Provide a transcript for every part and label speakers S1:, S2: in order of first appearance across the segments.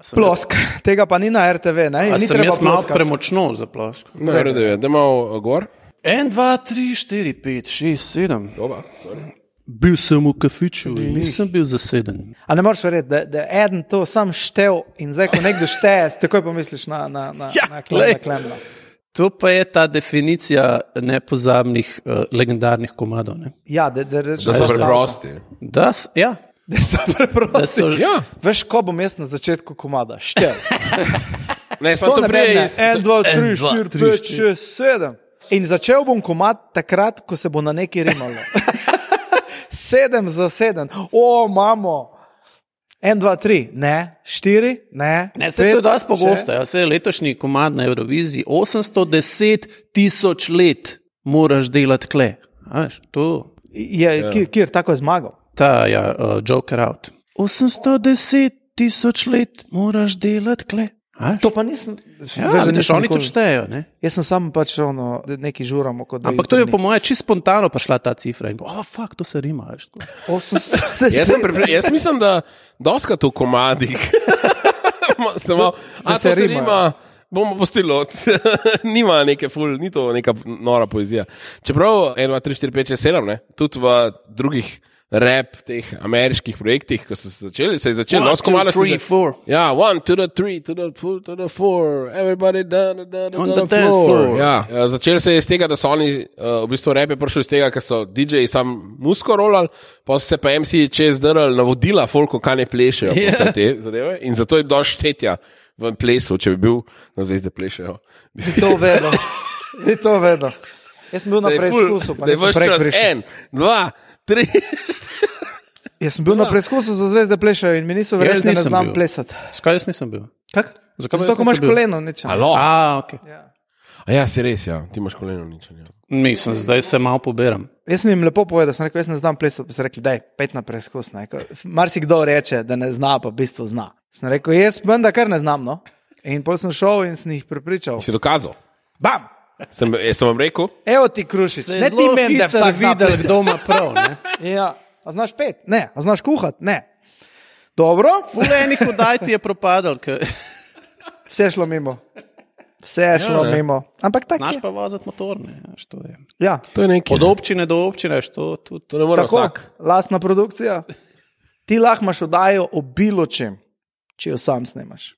S1: Sem
S2: Plosk, tega pa ni na RTV, ne?
S1: Jaz,
S2: Ni
S1: a sem
S2: treba
S1: jaz malo
S2: ploskat.
S1: premočno za plosk.
S3: Ne, redo je, da imamo gor.
S1: 1, 2, 3, 4, 5, 6, 7.
S3: Oba, sorry.
S1: Bil sem v kafiču in nisem bil zaseden.
S2: A ne moreš verjeti, da, da je eden to sam štev in zdaj, ko nekdo šteje, takoj pomisliš na, na, na,
S1: Ja,
S2: na klem-
S1: glej.
S2: na klemno.
S1: To pa je ta definicija nepozabnih, uh, legendarnih komadov. Ne?
S2: Ja, da, da, rečeš,
S3: Da so
S2: da-
S3: preprosti.
S1: Da, s- ja,
S2: Da so preprosti.
S1: da so že.
S3: Ja,
S2: Veš, ko bom jaz na začetku komada štev.
S3: ne, samo to prije iz.
S2: 1, 2, 3,
S1: dva,
S2: 4,
S1: tri,
S2: 5,
S1: štiri.
S2: 6, 7. In začel bom komat takrat, ko se bo na neki rimalo. 7 za 7, o, imamo. 1, 2, 3, ne, 4, ne.
S1: Ne, se to dosti pogosto. Ja. Saj je letošnji komad na Euroviziji 810 tisoč let moraš delati kle. A veš, to.
S2: Je, ja. kjer, kjer tako je zmagal.
S1: Ta, ja, uh, Joker out. 810 tisoč let moraš delati kle. A veš?
S2: To pa nisem.
S1: Ja,
S2: veš, da
S1: vidiš,
S2: nisem
S1: oni to
S2: nikoli-
S1: štejejo. ne.
S2: Jaz sem sam pač ono, da neki žuramo kot da.
S1: Ampak to je, po mojem, čisto spontano prišla ta cifra. In, oh, fuck, to se rima. a veš, tako.
S2: 800.
S3: Jaz, sem pripre, jaz mislim, da doskrat v komadih. Ma- Samo,
S2: Da
S3: a
S2: se
S3: se
S2: rimajo.
S3: rima. Bomo postilo, nima neke ful, ni to neka nora poezija. Čeprav 1, 2, 3, 4, 5, 6, 7, ne? tudi v drugih rap teh ameriških projektih, ko so se začeli, se je začelo
S1: One,
S3: dosti
S1: two,
S3: malo. se
S1: three,
S3: je-
S1: four.
S3: Ja, 1, 2, 3, 2, 2, 4, everybody down, down, down,
S1: On
S3: down,
S1: the dance floor.
S3: Ja. Eh, Začelo se je iz tega, da so oni, eh, v bistvu rep je prišel iz tega, ker so DJ-ji sam musko rolali, pa so se pa MC čez drl navodila folko, kaj ne plešejo.
S1: Ja.
S3: Yeah. Te zadeve. In zato je do štetja v plesu, če bi bil, no zdaj zdaj plešejo.
S2: Bi to vedel. Bi to vedel. Jaz sem bil na
S3: Da je
S2: preizkusu,
S3: ful-
S2: pa
S3: da je
S2: nisem
S3: vaš
S2: prej
S3: čas
S2: prišel.
S3: en, dva, tri.
S2: Jaz sem bil na preizkusu za zvezde plešajo in mi niso
S1: Ja.
S2: verjeli,
S1: Jaz
S2: da ne
S1: nisem
S2: znam
S1: bil.
S2: plesati.
S1: Zakaj jaz nisem bil?
S2: Kak? Zato,
S1: Zakaj pa jaz
S2: ko
S1: nisem
S2: imaš
S1: bil?
S2: koleno, nič.
S3: Alo.
S1: A, okay.
S2: Ja.
S3: A ja, si res, ja. ti imaš koleno uničenje.
S1: Mislim, zdaj se malo poberam.
S2: Jaz sem jim lepo povedal, sem rekel, jaz ne znam plesati, pa so rekli, da je pet na preizkus. ne." Ko- Marsikdo reče, da ne zna, pa v bistvu zna. Sem rekel, jaz menda kar ne znam. No? In potem sem šel in sem jih prepričal.
S3: Si dokazal?
S2: Bam!
S3: Sem, eh, sem vam rekel?
S2: Evo ti krušič, ne ti meni, da je vsak videl,
S1: videl, kdo ima prav. ne.
S2: Ja, a znaš pet, ne, a znaš kuhati, ne. Dobro,
S1: Ful enih oddaj ti je propadal, ker
S2: vse je šlo mimo. Vse je šlo ja,
S3: ne.
S2: mimo. Ampak tako
S1: znaš
S2: je.
S1: pa voziti motor. Ne, veš, to je.
S2: Ja,
S3: To je nekaj.
S1: Od občine do občine, što
S3: To
S1: tudi.
S3: ne more
S2: tako,
S3: vsak.
S2: lastna produkcija. Ti lahko imaš oddajo o bilo čem, če jo sam snemaš.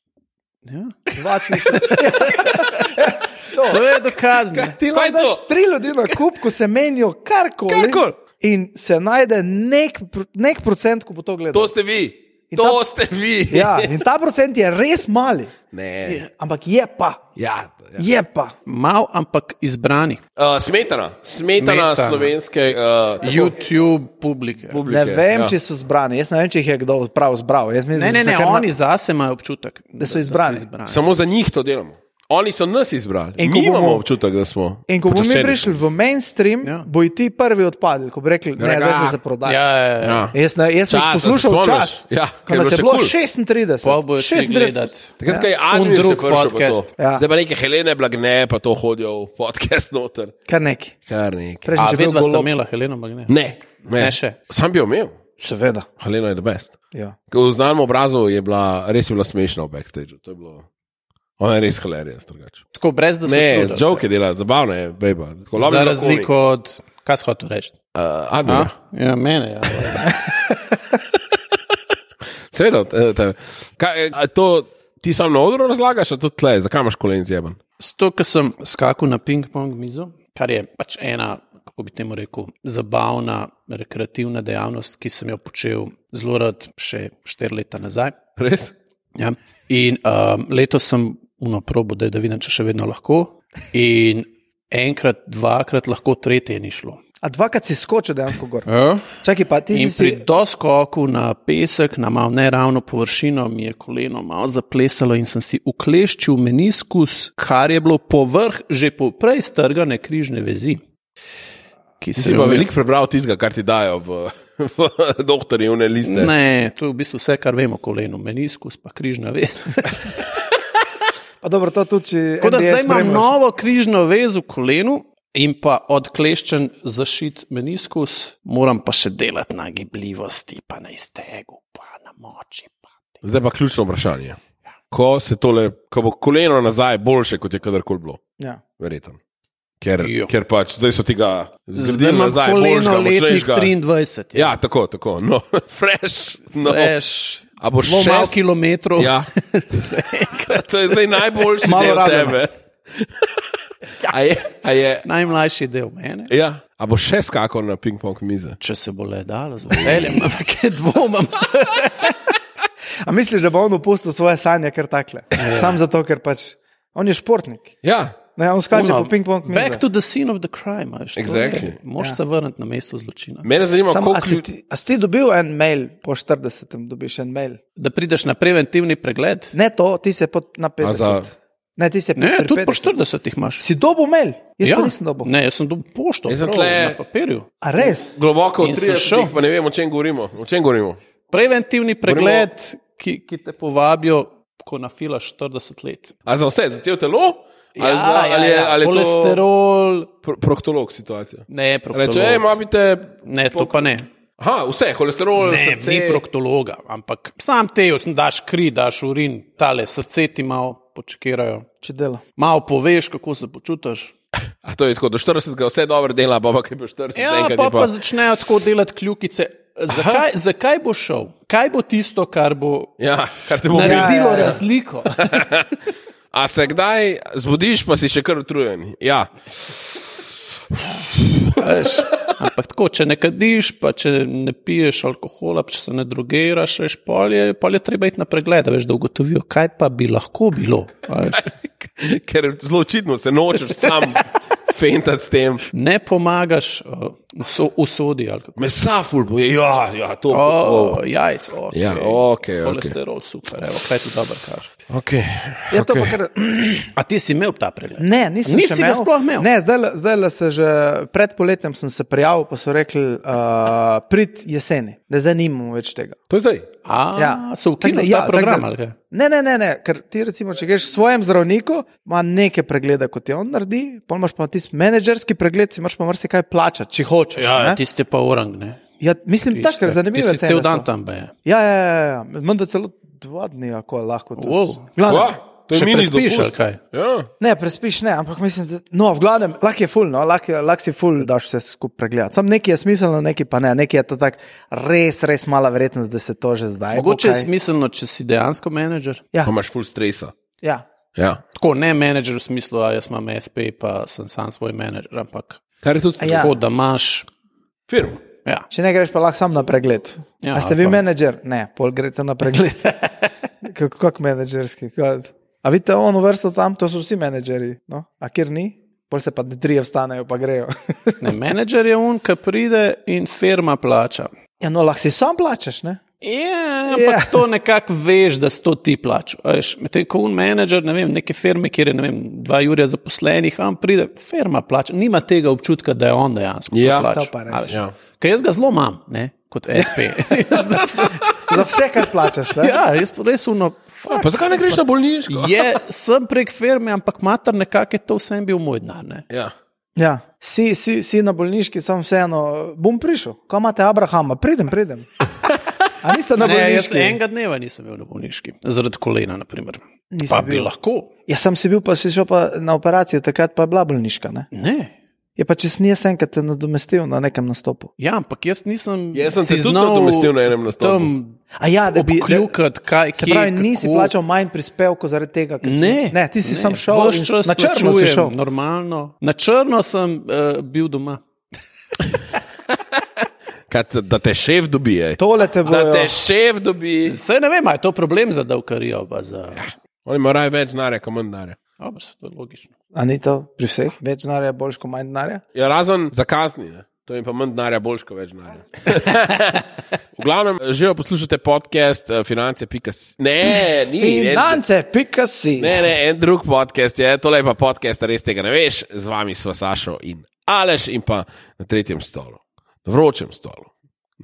S1: Ja.
S2: Dva tisoč. Ja,
S1: To je dokazno.
S2: Ti
S3: Kaj
S2: lahko
S3: je
S2: daš
S3: to?
S2: tri ljudi na kup, ko se menijo karkoli.
S3: Karkoli.
S2: In se najde nek, pr- nek procent, ko bo to gledal.
S3: To ste vi.
S2: In
S3: To
S2: ta-
S3: ste vi.
S2: Ja, in ta procent je res mali,
S3: Ne.
S2: ampak je pa,
S3: Ja, to- ja.
S2: je pa.
S1: Mal, ampak izbrani.
S3: Uh, smetana. smetana,
S1: Smetana.
S3: smetana slovenske uh,
S1: YouTube publike.
S3: publike.
S2: Ne vem,
S3: ja.
S2: če so zbrani. Jaz ne vem, če jih je kdo prav zbral. Jaz Mislim,
S1: Ne, ne,
S2: da so
S1: ne,
S2: kar na-
S1: oni zase imajo občutek,
S2: Da so izbrani.
S3: Samo za njih to delamo. Oni so nas izbrali.
S2: In
S3: In
S2: ko
S3: mi imamo
S2: bomo-
S3: občutek, da smo.
S2: In ko bomo mi
S3: počaščeni.
S2: prišli v mainstream, ja.
S1: Ja.
S2: bo ti prvi odpadli, ko bi rekli, ne,
S3: Draga.
S2: zdaj se za prodaj.
S1: Ja, ja, ja.
S3: Ja.
S2: Jaz, ne, jaz sem
S3: Časa,
S2: jih
S3: se
S2: poslušal
S3: spomniš?
S2: čas,
S3: Ja,
S2: ko
S3: ker je
S2: nas
S3: bilo
S2: je
S3: še
S2: bilo
S3: kul.
S2: 36.
S1: Pa boš šli gledati.
S3: Takrat, ko je
S1: Un
S3: Andrej
S1: drug
S3: prišel po to.
S1: podcast.
S2: Ja.
S3: Ja. Zdaj pa neke Helene Blagne, pa to hodijo v podcast noter.
S2: Kar neki.
S3: Kar nekaj.
S2: Prejšnji,
S1: A
S2: če bi
S1: vedva sta
S2: bilo
S1: imela Heleno Magne?
S3: Ne, ne.
S1: Ne še.
S3: Sam bi jo imel.
S2: Seveda.
S3: Helena je the best.
S2: Ja.
S3: Ko V znanem obrazu je bila, res je bila smešna v backstageu. To je bilo. Ona je res hilarija, drugače.
S1: Tako brez da se
S3: Ne,
S1: trudil.
S3: z joke dela, zabavno je, beba.
S1: Za razliko od, kaj si hotel reči?
S3: Uh,
S1: A?
S3: Admira.
S1: Ja, mene. Ja.
S3: Seveda, eh, te- kaj, eh, a to ti sam na odru razlagaš, a tudi tle, zakaj imaš kolen zjeben?
S1: Sto, ki sem skakal na ping-pong mizo, kar je pač ena, kako bi temu rekel, zabavna, rekreativna dejavnost, ki sem jo počel zelo rad, še štiri leta nazaj.
S3: Res?
S1: Ja. In um, letos sem unaprobo, da, da vidim, če še vedno lahko. In enkrat, dvakrat, lahko tretje ni šlo.
S2: A dvakrat si skočil dejansko gor.
S1: Ja.
S2: Čakaj, pa ti si
S1: In
S2: si.
S1: pri doskoku na pesek, na malo neravno površino, mi je koleno malo zaplesalo in sem si ukleščil meniskus, kar je bilo povrh že poprej strgane križne vezi. Ki
S3: Si pa veliko prebral tistega, kar ti dajo v, v doktorjevne liste.
S1: Ne, to je v bistvu vse, kar vemo o kolenu, meniskus, pa križna vez.
S2: Pa dobro, to tudi če.
S1: Tako da
S2: NDS
S1: zdaj imam no-
S2: spremljaš.
S1: novo križno vez v kolenu in pa odkleščen zašit meniskus, moram pa še delati na gibljivosti, pa na iztegu, pa na moči. Pa.
S3: Zdaj pa ključno vprašanje. ko se tole, ko bo koleno nazaj boljše, kot je kadarkoli bilo,
S2: Ja.
S3: verjetno. Ker,
S1: Jo.
S3: ker pač zdaj so ti ga
S1: Zdaj
S3: zgradili
S1: imam
S3: nazaj, boljšega,
S1: koleno letnih
S3: močnejšega.
S1: 23.
S3: Ja, tako, tako. No, fresh. No.
S1: Veš,
S3: A boš
S1: zelo malo
S3: šest?
S1: kilometrov.
S3: Ja. to je zdaj najboljši
S2: Malo
S3: del
S2: rabljeno.
S3: tebe. A je, a je,
S1: Najmlajši del mene.
S3: ja. a bo še skakal na ping-pong mize?
S1: Če se bo le dalo, z veseljem, ampak dvomim.
S2: A misliš, da bo on opustil svoje sanje, ker takle?
S1: Ja.
S2: Sam zato, ker pač on je športnik.
S3: Ja,
S2: Ne, on skače
S1: Ono,
S2: po ping-pong mizi.
S1: Back to the scene of the crime. a veš, to je-
S3: Exactly.
S1: Moraš
S2: Ja.
S1: se vrniti na mesto zločina.
S3: mene zanima,
S2: Samo, a,
S3: koliko
S2: si
S3: ljudi.
S2: ti, a si ti dobil en mail, po 40. dobiš en mail?
S1: Da prideš na preventivni pregled.
S2: Ne to, ti se pod na 50.
S3: za-
S2: Ne, ti se
S1: Ne,
S2: pri
S1: tudi po
S2: 50.
S1: 40 jih imaš. Ja.
S2: Si dobil mail? Jaz pa nisem dobil.
S1: Ne, jaz sem dobil pošto,
S3: Jaz sem
S1: prav,
S3: tle-
S1: na papirju.
S2: A res?
S3: Globoko v
S1: In sem
S3: 30,
S1: šel.
S3: pa ne vem, o čem govorimo. O čem govorimo?
S1: Preventivni pregled, ki, ki te povabijo, ko nafilaš 40 let.
S3: A za vse, za cel telo? Ali, ja, za, ali, ja, ja. ali je to
S1: kolesterol,
S3: pro- proktolog situacija?
S1: ne,
S3: Reče, hej,
S1: proktolog.
S3: imate.
S1: Ne, to pa ne.
S3: Aha, vse, kolesterol,
S1: Ne,
S3: srce.
S1: ni proktologa, ampak sam te jaz daš kri, daš urin, tale srce ti malo počekirajo.
S2: Če delo.
S1: Malo poveš, kako se počutiš.
S3: A to je tako, do 40 vse dobro dela, baba, ki je bil 40.
S1: Ja,
S3: enkrat je
S1: pa, pa začnejo tako delati kljukice. Zakaj, zakaj bo šel? Kaj bo tisto, kar bo
S3: Ja, kar te bo bil.
S1: naredilo
S2: ja, ja.
S1: razliko?
S3: A se kdaj zbudiš, pa si še kar utrujen? Ja,
S1: Veš, ampak tako, če ne kadiš, pa če ne piješ alkohola, pa če se ne drogiraš, veš, pol je, pol je treba iti na pregled, da veš, da ugotovijo, kaj pa bi lahko bilo. a veš.
S3: ker zelo očitno se nočeš sam fentati s tem.
S1: Ne pomagaš uh, uso, usodi ali kako.
S3: Mesa ful boje, ja, ja, to
S1: O,
S3: bo.
S1: oh, jajc, okay.
S3: Ja, okej, okej.
S1: Kolesterol, super, evo, kaj ti dobro kaže.
S3: Okay.
S2: Je Ja, to pa kar.
S1: A ti si imel ta pregled?
S2: Ne, nisem
S1: Nisi
S2: še
S1: ga sploh imel?
S2: Ne, zdaj, zdaj se že pred poletjem sem se prijavil, pa so rekli, uh, prid jeseni, da zdaj nimamo več tega.
S3: To je zdaj.
S1: A, ja. So ukinili
S2: Tako
S1: ja, ta program?
S2: tako
S1: ali kaj?
S2: Ne, ne, ne, ne, ker ti recimo, če greš k svojemu zdravniku, ima neke preglede, kot je on naredi, pa imaš pa tisti menedžerski pregled, si moraš pa marsikaj plačati, če hočeš.
S1: Ja,
S2: ne.
S1: tisti je pa orang, ne.
S2: ja, mislim, tako, ker zanimivo
S1: Ti
S2: je.
S1: si cel dan tam, be.
S2: Ja, ja, ja, ja. menda celo dva dni, ako lahko to.
S1: Wow.
S3: Kva? To je
S1: Še
S3: mini
S1: prespiš,
S3: dopust.
S1: ali kaj?
S3: Ja.
S2: Ne, prespiš ne, ampak mislim, da no, v glavnem, lahko je ful, no, lahko je- lahko si ful, daš vse skupaj pregledati. Sam nekaj je smiselno, nekaj pa ne, nekaj je to tak res, res mala verjetnost, da se to že zdaj. bo
S1: Mogoče je
S2: kaj.
S1: smiselno, če si dejansko menedžer.
S2: Ja,
S3: Pa imaš ful stresa.
S2: ja.
S3: Ja.
S1: Tako ne menedžer v smislu, da jaz imam SP, pa sem sam svoj menedžer, ampak
S3: Kar je tudi stres.
S2: Ja.
S1: tako da imaš.
S3: Firm.
S1: Ja.
S2: Če ne greš, pa lahko sam na pregled.
S1: Ja,
S2: Ja, a ste vi
S1: ali pa-
S2: menedžer? Ne, pol greste na pregled. Kako kak menedžerski? Kak? A vidite ono vrsto tam, to so vsi menedžerji, no? a kjer ni, pol se pa trije vstanejo, pa grejo.
S1: Ne, menedžer je un, ki pride in firma plača.
S2: ja, no, lahko si sam plačeš, ne?
S1: Ja, ampak
S2: Ja.
S1: to nekako veš, da si to ti plačal. a veš. Medtem ko un menedžer, ne vem, neke firme, kjer je ne vem, dva Jurija zaposlenih, am pride, firma plača. Nima tega občutka, da je on dejansko to
S3: Ja.
S1: plačal.
S2: To pa res.
S1: a veš.
S3: Ja.
S1: Ker jaz ga zelo imam, ne, kot SP.
S2: Ja.
S1: Jaz pa-
S2: Za vse, kar plačeš, ne?
S1: ja, jaz pa res uno. fuck,
S3: Pa zakaj ne greš na bolniško?
S1: Je, sem prek firme, ampak mater nekako je to vsem bil moj denar. ne.
S3: Ja.
S2: Ja, si, si, si na bolniški, sem vseeno, bom prišel. Ko imate Abrahama, pridem, pridem. A niste na
S1: Ne, jaz
S2: bolniški?
S1: enega dneva nisem bil na bolniški, zaradi kolena. naprimer.
S2: Nisi
S1: Pa bi
S2: bil.
S1: lahko.
S2: Jaz sem si bil, pa si šel pa na operacijo, takrat pa je bila bolniška. Ne?
S1: Ne.
S2: Je pa če snijes enkrat te nadomestil na nekem nastopu.
S1: Ja, ampak jaz nisem.
S3: Jaz sem
S1: si
S3: se tudi
S1: znal
S3: nadomestil na enem nastopu.
S1: Tam
S2: A ja, da bi. da-
S1: obkljukati, kaj
S2: Se
S1: kje,
S2: pravi, nisi
S1: kako.
S2: plačal manj prispevkov zaradi tega, ker si-
S1: Ne,
S2: ne, ti si
S1: ne.
S2: sam šel in-
S1: Ves čas
S2: na črno si
S1: plačujem, no.
S2: šel.
S1: Normalno. Na črno sem uh, bil doma.
S3: Kaj, te- da te šef dobije.
S2: Tole te bo.
S3: Da
S1: ja.
S3: te šef dobije.
S1: Saj ne vem, ali je to problem za davkarijo. pa Za...
S3: Oni imajo več denarja, kot manj denarja.
S1: Dobro, saj to je logično.
S2: A ni to pri vseh? Več denarja, boljš kot manj denarja?
S3: Ja, razen za kazni. Ne? To je pa manj denarja, boljš kot več denarja. v glavnem, že poslušate podcast eh, finance.s. Ne, ni en-
S2: Finance, pika si.
S3: Ne, ne, en drug podcast je, tole je pa podcast, res tega ne veš, z vami sva Sašo in Aleš in pa na tretjem stolu, na vročem stolu,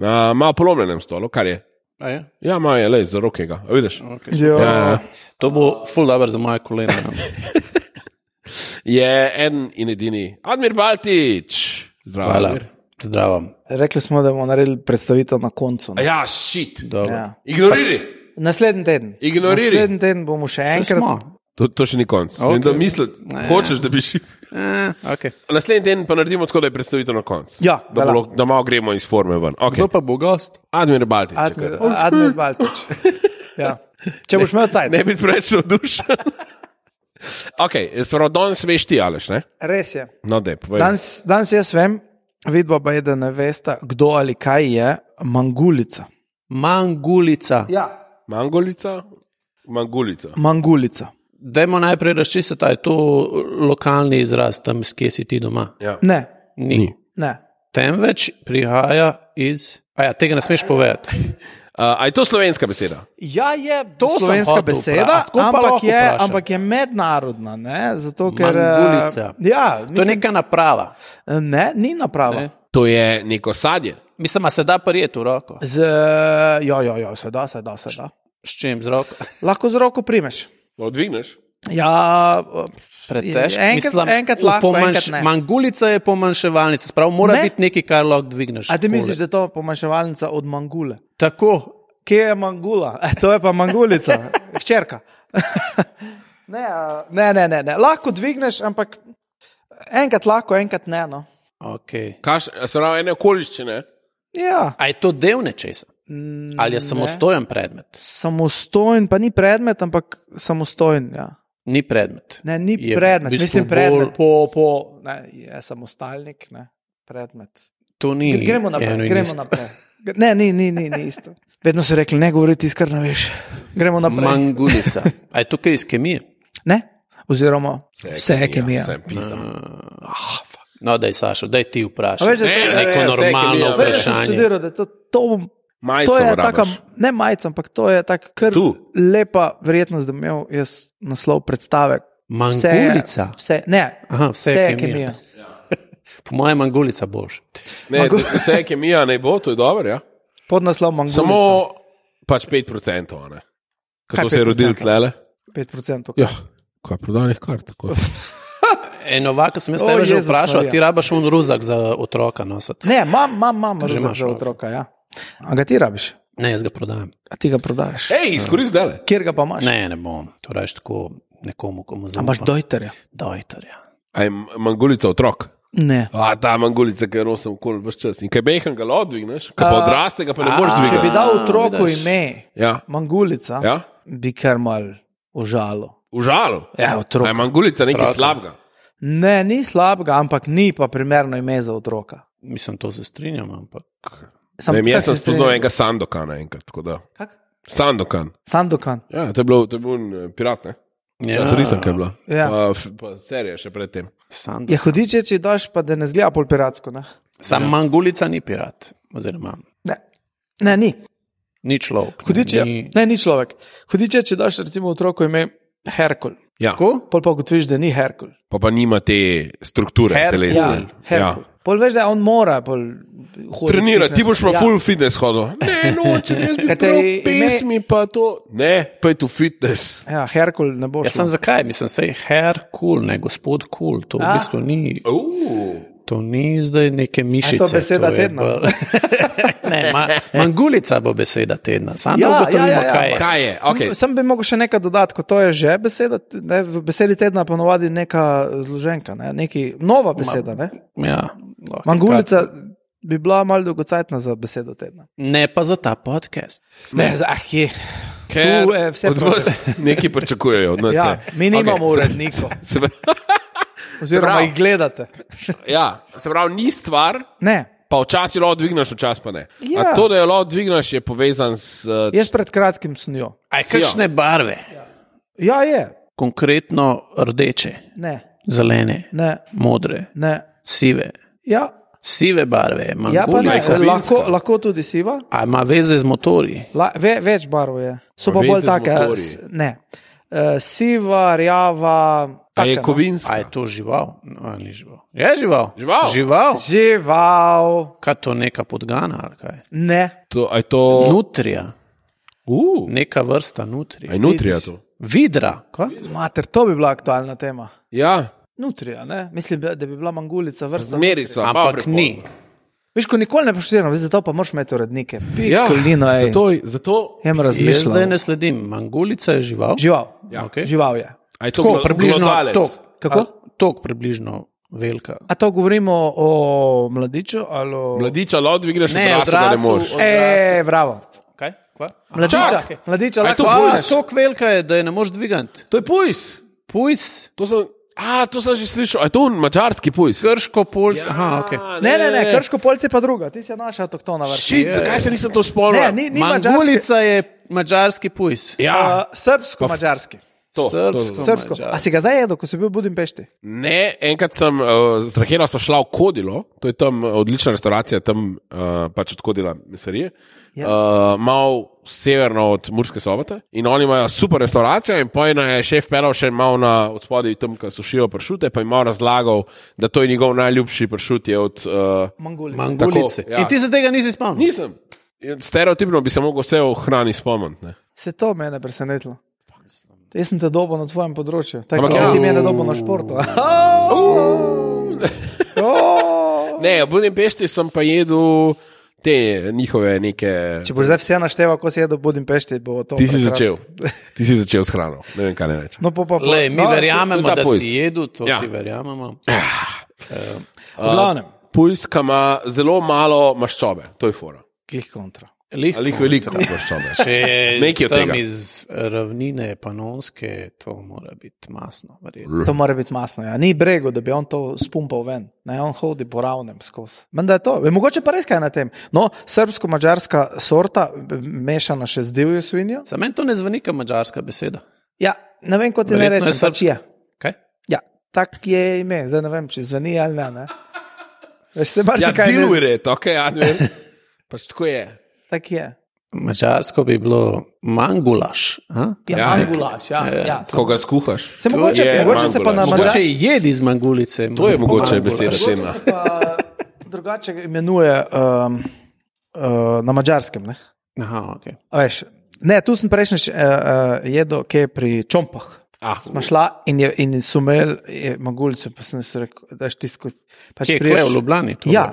S3: na malo polomljenem stolu, kar je.
S1: A Je?
S3: Ja, malo je, le, za rokega, a vidiš.
S1: Okay.
S2: Jo.
S3: Ja, ja.
S1: To bo full dobro za moje kolena.
S3: Je en in edini, Admir Baltič, zdravo.
S1: Hvala.
S3: Admir.
S1: Zdravo.
S2: Rekli smo, da bomo naredili predstavitev na koncu.
S3: A
S2: ne?
S3: Ja, šit.
S1: Dobro.
S2: Ja.
S3: Ignoriraj.
S2: Naslednji teden.
S3: Ignoriraj.
S2: Naslednji teden bomo še
S1: Saj
S2: enkrat.
S1: smo.
S3: To, to še ni konc. Okay.
S1: Okej.
S3: Da misli,
S1: Ne.
S3: hočeš, da bi šli.
S1: Eh, okay.
S3: Naslednji teden pa naredimo tako, da je predstavitev na koncu.
S2: Ja,
S3: da,
S2: velja.
S3: bo, da malo gremo iz forme ven. Okay.
S1: Kdo pa bo gost?
S3: Admir Baltič.
S2: Admir,
S3: Admir.
S2: Admir Baltič. Ja. Če boš imel cajt.
S3: Ne bi preveč navdušen. ok, spravo danes veš ti, Aleš, ne?
S2: Res je.
S3: No, da, povej.
S2: Danes, danes jaz vem, vidva pa je, da ne veste, kdo ali kaj je mangulica.
S1: Mangulica.
S2: Ja.
S3: Mangolica? Mangulica.
S2: Mangulica.
S1: Dajmo najprej razčistiti, ali je to lokalni izraz, tam kje si ti doma.
S3: Ja.
S2: Ne,
S1: Ni. Ni.
S2: ne.
S1: Temveč prihaja iz. A ja, tega ne smeš povedati.
S3: Uh, a je to slovenska beseda?
S2: Ja, je
S1: To sem
S2: slovenska
S1: hotel vprašati.
S2: beseda,
S1: Tako pa
S2: ampak
S1: lahko
S2: je,
S1: vprašam.
S2: ampak je mednarodna. Ne? Zato, ker, eh,
S1: Mangulica.
S2: Ja,
S1: To je
S2: mislim,
S1: neka naprava.
S2: ne, ni naprava.
S1: Ne.
S2: Ne.
S3: To je neko sadje.
S1: Mislim, a se da prijeti v roko.
S2: Z, ja, ja, ja, se da, se da, se da.
S1: S čim z roko?
S2: Lahko z roko primeš.
S3: Odvigneš?
S2: Ja,
S1: Pretežko.
S2: Enkrat- enkrat lahko, enkrat ne.
S1: Mangulica je pomanjševalnica, sprav mora ne.
S2: Ne.
S1: biti nekaj, kar lahko dvigneš.
S2: a ti misliš,
S1: poleg.
S2: da je to pomanjševalnica od mangule?
S1: Tako.
S2: Kje je mangula? E, to je pa mangulica, hčerka. ne, a, ne, ne, ne, ne. Lahko dvigneš, ampak enkrat lahko, enkrat ne. No.
S1: Okay.
S3: Kaš, a se pravi, ene okoliščine.
S2: Ja,
S1: A je to del nečesa?
S2: Mm,
S1: Ali je samostojen predmet?
S2: samostojen, pa ni predmet, ampak samostojen. Ja.
S1: Ni predmet.
S2: Ne, ni
S1: Je
S2: je,
S1: v
S2: predmet,
S1: bistvu
S2: bistvu mislim, predmet,
S1: bolj-
S2: po, po, ne, je samostalnik, ne, predmet.
S1: To ni.
S2: Gre- Gremo naprej.
S1: eno in
S2: Gremo
S1: isto.
S2: naprej. Gre- Ne, ni, ni, ni, ni isto. Vedno so rekli, ne govori tisto, kar ne veš. Gremo naprej.
S1: Mangulica. A je tukaj iz kemije?
S2: Ne? Oziroma, vse je kemija.
S3: Vse je pizda.
S1: No, daj, Sašo, daj ti
S2: A veš,
S1: vprašaj.
S2: da-
S3: Ne,
S1: Neko
S3: ne, ne, vse je
S1: normalno
S3: kemija,
S2: Veš, da
S3: veš.
S2: sem
S1: vprašanje.
S2: študiral, da to, to,
S3: Majico
S2: to je
S3: moraš.
S2: taka, ne majica, ampak to je tako kar
S3: Tu.
S2: lepa verjetnost, da bi imel jaz naslov predstave. Vse je-
S1: Mangulica.
S2: Vse, ne,
S1: Aha, vse je kemija. Po mojem, mangulica boš.
S3: Ne, vse je kemija, ne bo, to je dobro. Ja?
S2: Pod naslov mangulica.
S3: Samo pač 5%. a Ne?
S2: Kaj
S3: Kako se
S2: 5%?
S3: je rodil tlele?
S2: 5%.
S3: Ja, kaj prodanih kart. tako.
S1: Enovako sem jaz
S2: O,
S1: tebe že
S2: Jezus
S1: vprašal, a
S2: Marija.
S1: ti rabaš un ruzak za otroka no, nositi.
S2: Ne, imam, imam, imam
S1: že
S2: ruzak
S1: imaš,
S2: za
S1: ok.
S2: otroka. Ja. A ga ti rabiš?
S1: Ne, jaz ga prodajam.
S2: A ti ga prodajaš?
S3: Ej, izkoristi dele.
S2: Kjer ga pa imaš?
S1: Ne, ne bom. To rečeš tako nekomu, komu
S2: A
S1: zaupaš.
S2: imaš ja. dojterja?
S1: Dojterja.
S3: Aj, mangulica otrok.
S2: Ne.
S3: A ta mangulica, ki jo nosim okoli vse čas. In kaj behem ga odvigneš, kaj pa odrastega pa ne moreš
S1: a,
S2: Če bi
S3: dvigati.
S1: da-
S2: dal otroku
S1: vidiš.
S2: ime
S3: Ja,
S2: Mangulica,
S3: ja.
S2: bi kar mal užalo.
S3: užalo.
S2: Ja, otrok.
S3: Aj, mangulica nekaj
S1: Otroka.
S3: slabega.
S2: Ne, ni slabega, ampak ni pa primerno ime za otroka.
S1: Mislim, to se strinjam, ampak.
S3: Ne vem, jaz
S2: kako
S3: sem
S2: se
S3: spoznal
S2: sre-
S3: enega Sandokana enkrat. tako da.
S2: Kak?
S3: Sandokan.
S2: Sandokan.
S3: Ja, to je bil, to je bil un, eh, pirat, ne? Ja, z risanke je bila.
S2: Ja.
S3: Pa, f- pa serija še predtem.
S1: Sand...
S2: Je hudiče, če daš, pa da ne zgleda pol piratsko. Ne,
S1: Ja. Sam ja. mangulica ni pirat, oziroma
S2: ne, ne ni.
S1: ni človek. ne,
S2: Hudiče,
S1: ni-
S2: ne, ni človek. Hudiče, če daš recimo otroku ime Herkul,
S3: Ja.
S1: Tako?
S2: pol pa ugotoviš, da ni Herkul.
S3: Pa, pa nima te strukture
S1: Her-
S2: Ja,
S3: telesne.
S2: Herkul. Ja. Pol veš, da on mora. Pol, hoditi
S3: Trenira, ti
S2: fitness.
S3: boš pa
S2: Ja.
S3: full fitness hodil. Ne, nočem, jaz bi
S2: Kaj te
S3: prebral
S2: ime-
S3: pesmi, pa to. Ne, pa je tu fitness.
S2: Ja, Herkul ne bo
S1: Ja, sem
S2: šel.
S1: zakaj? Mislim, da je her kul, cool, ne gospod kul. Cool. To v
S2: A?
S1: bistvu ni,
S3: Uh,
S1: to ni zdaj neke mišice.
S2: beseda
S1: je
S2: tedna?
S1: bolj- ne, ma, mangulica bo beseda tedna. Sam
S2: Ja,
S1: ja, ugotovimo,
S2: ja,
S1: ja, ja,
S2: ja,
S1: kaj je.
S3: kaj je? Okay.
S2: Sem, sem bi mogel še nekaj dodati, kot to je že beseda. t- Ne, v besedi tedna ponovadi neka zloženka, ne, neki nova beseda. Ne.
S1: Ja, lahko
S2: Mangulica bi bila malo dolgocajtna za besedo tedna.
S1: kar- Ne pa za ta podcast.
S2: Ne, za- ah, kje.
S3: Ker
S2: Tu je vse
S3: od vas nekaj pričakujejo. od nas
S2: Ja,
S3: ne.
S2: mi nimamo
S3: Okej, se-
S2: okay, urednikov,
S3: Se pravi,
S2: oziroma
S3: pravi-
S2: jih gledate.
S3: ja, se pravi, ni stvar,
S2: Ne,
S3: pa včasih jo lahko dvigneš, včasih pa ne.
S2: Ja.
S3: A to, da jo lahko dvigneš, je povezan s. eh,
S2: jaz pred kratkim sem jo.
S1: Aj, kakšne barve?
S2: Ja, je.
S1: Konkretno rdeče,
S2: Ne,
S1: zelene,
S2: ne,
S1: modre,
S2: ne.
S1: sive.
S2: Ja,
S1: Sive barve,
S2: ja pa ne.
S1: mangulica.
S3: Kovinska.
S2: Lahko, lahko tudi siva.
S1: A ima veze z motorji?
S2: La, ve, več barv je, so
S3: Pa
S2: pa bolj
S3: veze z
S2: take. eh,
S3: motorji.
S2: s- Ne. Uh, siva, rjava,
S3: a
S2: take,
S3: Je
S2: no.
S1: A
S3: kovinska.
S1: je to žival? No, ni žival. Je žival.
S3: Žival?
S1: žival?
S2: Žival,
S1: Kaj to neka podgana ali kaj?
S2: ne.
S3: To, a je to.
S1: Nutrija,
S3: Uh,
S1: neka vrsta
S3: a
S1: nutrija.
S3: je nutrija to.
S1: Vidra, kaj?
S2: Mater, to bi bila aktualna tema.
S3: Ja,
S2: Nutrija, ne? Mislim, da da bi bila mangulica vrsta.
S3: zmeri so. malo
S1: ampak
S3: prepozno.
S1: ni.
S2: Veš, ko nikoli ne poštiraš, veš, zato pa moraš imeti urednike.
S3: Ja,
S2: Pikolino je.
S3: zato, zato
S2: Jem
S1: Jaz zdaj
S2: razmišljal.
S1: ne sledim. Mangolica je žival.
S2: Žival.
S1: Ja.
S2: Okay. Žival je.
S3: A je to
S1: Tako,
S3: glo-
S1: približno
S3: glodalec?
S1: tok.
S2: Kako?
S1: A, Tok približno velika.
S2: A to govorimo o mladiču ali o...
S3: Mladiča lod vidiš,
S1: Ne,
S3: ne, odrasel, da ne
S1: odrasel,
S3: moreš.
S1: od-
S2: E, bravo.
S1: Kaj? Kva?
S2: Mladiča,
S3: Čak!
S2: mladiča
S3: A je
S2: lahko
S3: to
S1: Kva,
S3: Pujs.
S1: tok velika je, da je ne moreš dvigati.
S3: To je pujs.
S1: Pujs,
S3: To sem, a, to sem že slišal. A je to mačarski pujs?
S1: krško, polsko. Ja. Aha, ok.
S2: Ne, ne, ne, krško polce pa druga, ti si naša avtoktona vrsta.
S3: Šit, zakaj se nisem to spomnil?
S2: Ne, ni, ni mačarski.
S1: Mangolica je mačarski pujs.
S2: Uh,
S3: Ja,
S2: srbsko, mačarski.
S3: to,
S1: Srbsko.
S3: to.
S2: Srbsko. A si ga zdaj jedel, ko si bil v Budimpešti?
S3: Ne, enkrat sem uh, z Rahela sva šla v Kodilo, to je tam eh, odlična restauracija, tam uh, pač od Kodila mesarije, ja.
S2: Ja.
S3: uh, malo severno od Murske sobote. In oni imajo super restauracijo, in pojno je šef pelal še malo na odspodaj, tam, kjer sušijo pršute, pa je malo razlagal, da to je njegov najljubši pršut je od. Uh,
S2: Mangoli.
S1: Mangolice.
S3: Tako,
S1: Tako,
S3: ja.
S1: ja. In ti se tega nisi spomnil.
S3: nisem. Ja, Stereotipno bi se lahko vse v hrani spomnil. ne.
S2: Se to mene presenetilo. Jaz sem te dobo na tvojem področju, tako
S3: Ampak
S2: da
S3: ja.
S2: ti mene dobo na športu.
S3: Ne, v Budimpešti sem pa jedel te njihove neke.
S2: Če boš zdaj vse našteval, ko si jedel v Budimpešti, bo to.
S3: Ti si
S2: prekratko.
S3: začel, ti si začel s hrano, ne vem, kaj ne rečem.
S2: No, pa, pa, pa.
S1: Lej, mi
S2: no,
S1: no, verjamemo,
S3: to je ta
S1: da
S3: pujs.
S1: si jedel, to
S3: Ja.
S1: ja. ti verjamemo.
S2: V glavnem,
S3: Pulska ima zelo malo maščobe, to je fora.
S2: klih kontra.
S1: Lih,
S3: Ali jih veliko maščobe.
S1: Če je
S3: Nekaj od
S1: tam
S3: tega.
S1: iz ravnine panonske, to mora biti masno. verjetno.
S2: To mora biti masno. Ja. Ni brego, da bi on to spumpal ven. Ne, on hodi po ravnem skozi. Menda je to. E, Mogoče pa res kaj na tem. No, srbsko-mačarska sorta, b- mešana še z divjo svinjo.
S1: Za meni to ne zveni kot mačarska beseda.
S2: Ja, ne vem, kot je ne
S1: Verjetno je
S2: rečeš, pač
S1: srbska.
S2: je.
S1: Kaj?
S2: Ja, tak je ime, zdaj ne vem, če zveni ali ne. ne. Veš, se mar
S3: Ja,
S2: se kaj ne
S3: diluje, to je, ja, ne vem. Pač tako je.
S2: Tak je.
S1: Mačarsko bi bilo mangulaš. a?
S2: Ja,
S3: Ja,
S2: mangulaš, ja. ja.
S3: Ko ga skuhaš.
S2: Se mogoče,
S3: je
S2: mogoče se pa na
S3: mangulaš.
S1: Mogoče
S2: mačar-
S1: je jed iz mangulice.
S3: To je mogoče
S1: Mangulaš.
S3: beseda tema.
S2: Pa Drugače ga imenuje um, uh, na mačarskem. Ne?
S1: Aha, ok.
S2: A Veš, ne, tu sem prejšnjič uh, uh, jedel, ki je pri čompah.
S3: Ah,
S2: Smo šla in, je, in so imeli je magulico, pa sem si rekel, da je tisko. Pač
S1: Kje
S2: priješ-
S1: je v Ljubljani? to?
S2: Ja.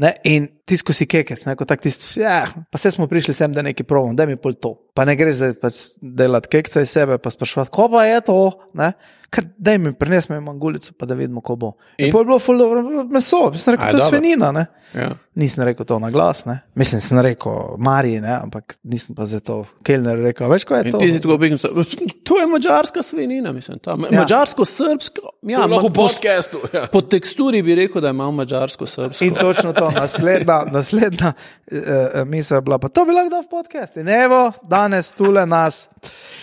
S2: Ne, in tisko si kekec, ne, kot tak tisto. Ja, pa se smo prišli sem, da nekaj provom, da mi pol to. Pa ne greš zdaj pač delati kekca iz sebe, pa sprašovati, ko pa je to, ne. Ker da mi prinesme mangulico, pa da vidimo, ko bo. In,
S1: In?
S2: in pol je bilo ful dobro meso, sem rekel,
S1: A je
S2: to je
S1: dobro?
S2: svinina, ne.
S1: ja.
S2: Nisem rekel to na glas, ne. Mislim, sem rekel Mariji, ne, ampak nisem pa za to Kelner rekel, "A veš, ko je
S1: In
S2: to.
S1: ti si tako obignil, to je mačarska svinina, mislim. Ta, ma, ja. Mačarsko-srpsko.
S2: Ah,
S1: Ja, ma,
S3: lahko v
S1: po,
S3: podkastu. Ja.
S1: po teksturi bi rekel, da je malo mačarsko-srpsko.
S2: In točno to, naslednja, naslednja uh, misel je bila, pa to bi lahko dal v podcast. In evo, danes tule nas.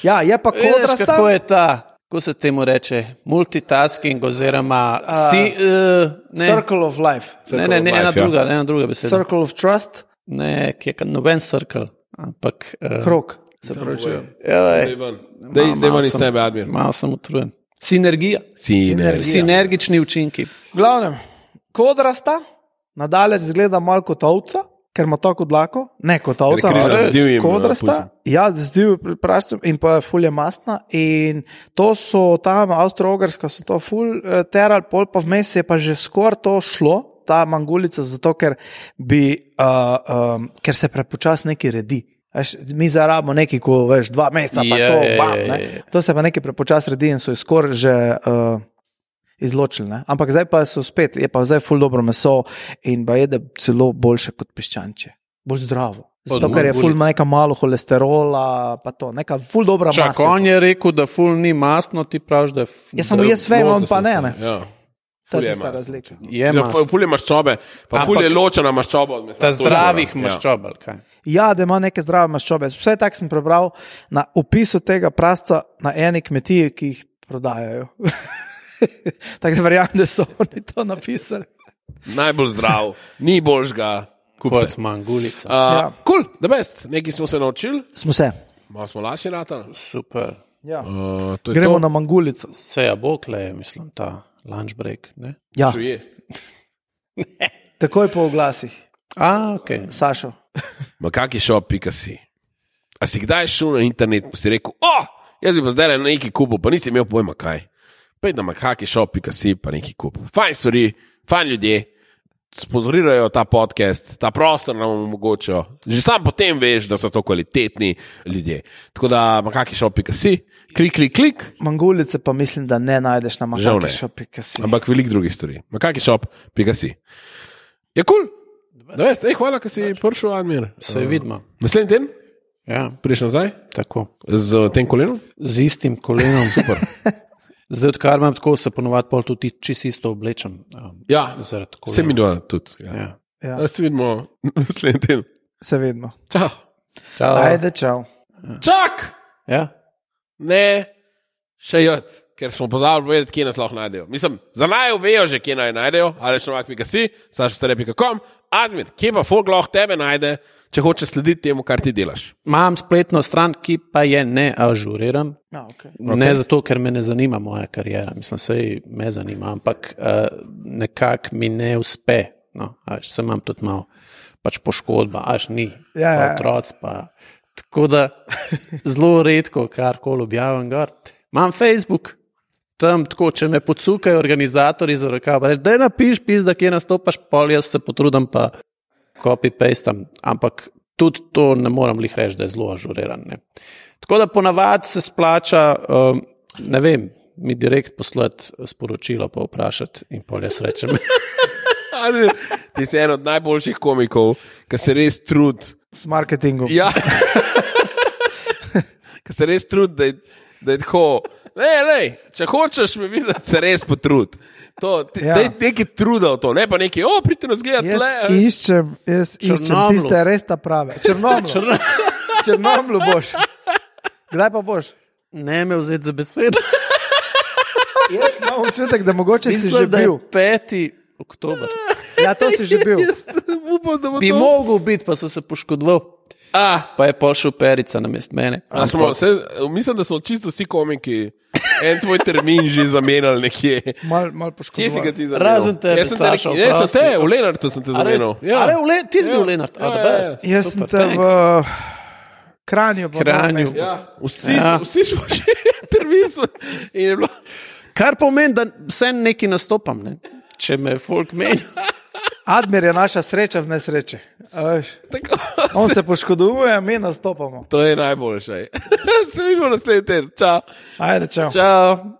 S2: Ja, je pa
S1: Veš, kako
S2: kodrasta.
S1: je ta, kako se temu reče, multitasking oziroma uh, si, uh, ne,
S2: Circle of life,
S1: ne, ne, ne,
S3: Circle
S1: ena
S3: of life, ja.
S1: druga, ena druga beseda.
S2: circle of trust,
S1: Ne, ki je ka- noben cirkel, ampak uh,
S2: krok.
S1: se pravičujem. Joj,
S3: Dej,
S1: malo-
S3: dej
S1: malo
S3: ven iz
S1: sem-
S3: sebe, Admir.
S1: Malo sem utrujen. Sinergija,
S3: Sinergija.
S1: sinergični učinki.
S2: V glavnem, kodrasta, nadalje zgleda malo kot ovca, ker ima tako dlako, ne kot ovca,
S3: križa z divjim, eh,
S2: kodrasta.
S3: pusom.
S2: Ja, z divjim prašcem in pa je fulje mastna. In to so tam, Avstro-Ogrska so to ful eh, terali, pol pa vmes je pa že skoraj to šlo. Ta mangulica, zato ker, bi, uh, um, ker se prepočasno nekaj redi. Veš, mi zarabimo nekaj, ko veš, dva meseca, pa
S1: Ja,
S2: to,
S1: ja,
S2: bam,
S1: ja,
S2: ne.
S1: ja.
S2: to se pa nekaj prepočasno redi in so jo skoraj že uh, izločili. Ne? Ampak zdaj pa so spet, je pa zdaj ful dobro meso in pa jede celo boljše kot piščanče, bolj zdravo. Zato,
S1: Od
S2: ker je ful
S1: mangulic.
S2: neka malo holesterola, pa to, neka ful dobra
S1: Čak,
S2: mast.
S1: on je rekel, da ful ni masno, ti praviš, da je. f-
S2: Jaz Ja, samo
S1: da-
S2: jaz vem, on pa ne. ne.
S3: Ja.
S2: To
S3: ful
S2: je
S3: je
S2: tista
S3: masno.
S2: razlika.
S1: Je
S3: Ja,
S1: masno.
S3: Fulje maščobe, pa
S1: Ampak-
S3: fulje ločena maščoba od mesa.
S1: Ta
S3: to je fora,
S1: zdravih
S3: ja.
S1: maščob, ali kaj.
S2: Ja, da ima neke zdrave maščobe. Vse tako sem prebral na opisu tega prasta na eni kmetiji, ki jih prodajajo. tako da verjamem, da so oni to napisali.
S3: Najbolj zdrav, ni božga. Kupite.
S1: Kot mangulica.
S3: Uh,
S2: Ja.
S3: Kul, da best, nekaj smo se naučili,
S2: Smo se.
S3: malo smo lažje rata.
S1: Super.
S2: Ja.
S3: Uh, to je
S2: Gremo
S3: to.
S2: na mangulico.
S1: Se je bokle, mislim, ta lunch break. Ne?
S2: Ja,
S3: Šel jesti.
S2: takoj po oglasih,
S1: A, ok.
S2: Sašo.
S3: Ma kak je šel, pika si. A si kdaj šel na internet in si rekel, oh, jaz bi pa zdaj na neki kupu, pa nisi imel pojma kaj. Pej na makak je šel, pika si, pa neki kup. Fajn stvari, fajn ljudje, sponzorirajo ta podcast, ta prostor nam omogočajo. Že sam potem veš, da so to kvalitetni ljudje. Tako da, makaki šel, pika si, klik, klik, klik.
S2: Mangulice pa mislim, da ne najdeš na
S3: Žal ne.
S2: mašalki.
S3: Ampak veliko drugih stvari. Makaki šel, pika si. Je kul. Cool. Da veste, ej, Hvala, da si prišel, Admir.
S1: Se vidimo.
S3: Naslednji teden
S1: Eh. Ja,
S3: prideš nazaj
S1: tako.
S3: z tem kolenom.
S1: Z istim kolenom. Super. Zdaj, odkar imam tako, se ponovadi pol tudi čisto isto oblečem. Um,
S3: Ja,
S1: zaradi kolena.
S3: se mi dva tudi. Ja.
S1: Ja.
S2: Ja,
S3: Ja. Se vidimo naslednji teden.
S2: se vedno.
S3: Čau.
S1: Čau.
S2: Ajde, čau.
S3: Čak!
S1: Ja.
S3: Ne, še jod, ker smo pozabili povedati, kje nas lahko najdejo. Mislim, za naj vejo že, kje naj najdejo, ali še novak.com, sašostarepi.com, admin, kje pa folk lahko tebe najde, če hoče slediti temu, kar ti delaš.
S1: Imam spletno stran, ki pa je ne ažuriram.
S2: Ja, okay.
S1: Okay. Ne zato, ker me ne zanima moja karijera, mislim, sej me zanima, ampak uh, nekako mi ne uspe. No, až, se imam tudi malo pač poškodba, až ni,
S2: Ja, ja, ja.
S1: pa otroc. Pa. Tako da zelo redko karkoli objavim. Gor. Imam Facebook, tam tako, če me podsukajo organizatorji za roka, reče, da je napiš, pis, da kje nastopaš, pol jaz se potrudim, pa copy-pastam. Ampak tudi to ne moram lih reči, da je zelo ažuriran. Ne. Tako da ponavadi se splača, um, ne vem, mi direkt poslati sporočilo, pa vprašati in pol jaz rečem.
S3: Admin, ti si en od najboljših komikov, ki se res trud.
S2: S marketingom.
S3: Ja. Ker se res trud, da je, da je tako. Ne, ne, če hočeš me videti, se res potrud. To, ti, ja.
S2: Ja.
S3: Daj nekaj truda v to, ne pa nekaj, o, pridite nas gledati,
S2: Jaz
S3: le.
S2: iščem, jaz iščem
S1: Črnomlju.
S2: tiste res ta prave. Črnomlu. Črnomlu boš. Kdaj pa boš?
S1: Ne me vzeti za besedo.
S2: Jaz imam občutek, da mogoče si že
S1: Mislim, da je
S2: bil.
S1: 5. oktober.
S2: Ja, to si že bil.
S3: Upam, da bo
S1: Bi
S3: to-
S1: mogel biti, pa sem se poškodoval,
S3: A,
S1: pa je pol šel perica na mest mene.
S3: a smo,
S1: Ampak-
S3: se, mislim, da so čisto vsi komiki en tvoj termin že zamenjali nekje.
S2: Mal, mal
S3: Kje si
S2: poškodoval.
S3: ga ti zamenjal?
S1: Razen tebe,
S3: Jaz sem te,
S1: Saša,
S3: nek- ne, sem
S1: oprosti.
S3: te, v Lenartu sem te
S1: A res?
S3: zamenjal. Ja.
S1: A ne, v Le- ti si bil Lenart, a the best.
S2: Jaz sem
S1: Super,
S2: te v Kranju. pa
S1: Kranju.
S2: Novem mestu.
S3: Ja, vsi, ja.
S1: Ja.
S3: vsi smo že termin. smo- in je bilo-
S1: Kar pomeni, da vse nekaj nastopam, ne? če me folk meni.
S2: Admir je naša sreča v nesreči. A veš,
S3: Tako.
S2: On se poškoduje, mi nastopamo.
S3: To je najboljše. Se vidimo naslednji teden. Čau.
S2: Ajde, čau.
S1: Čau.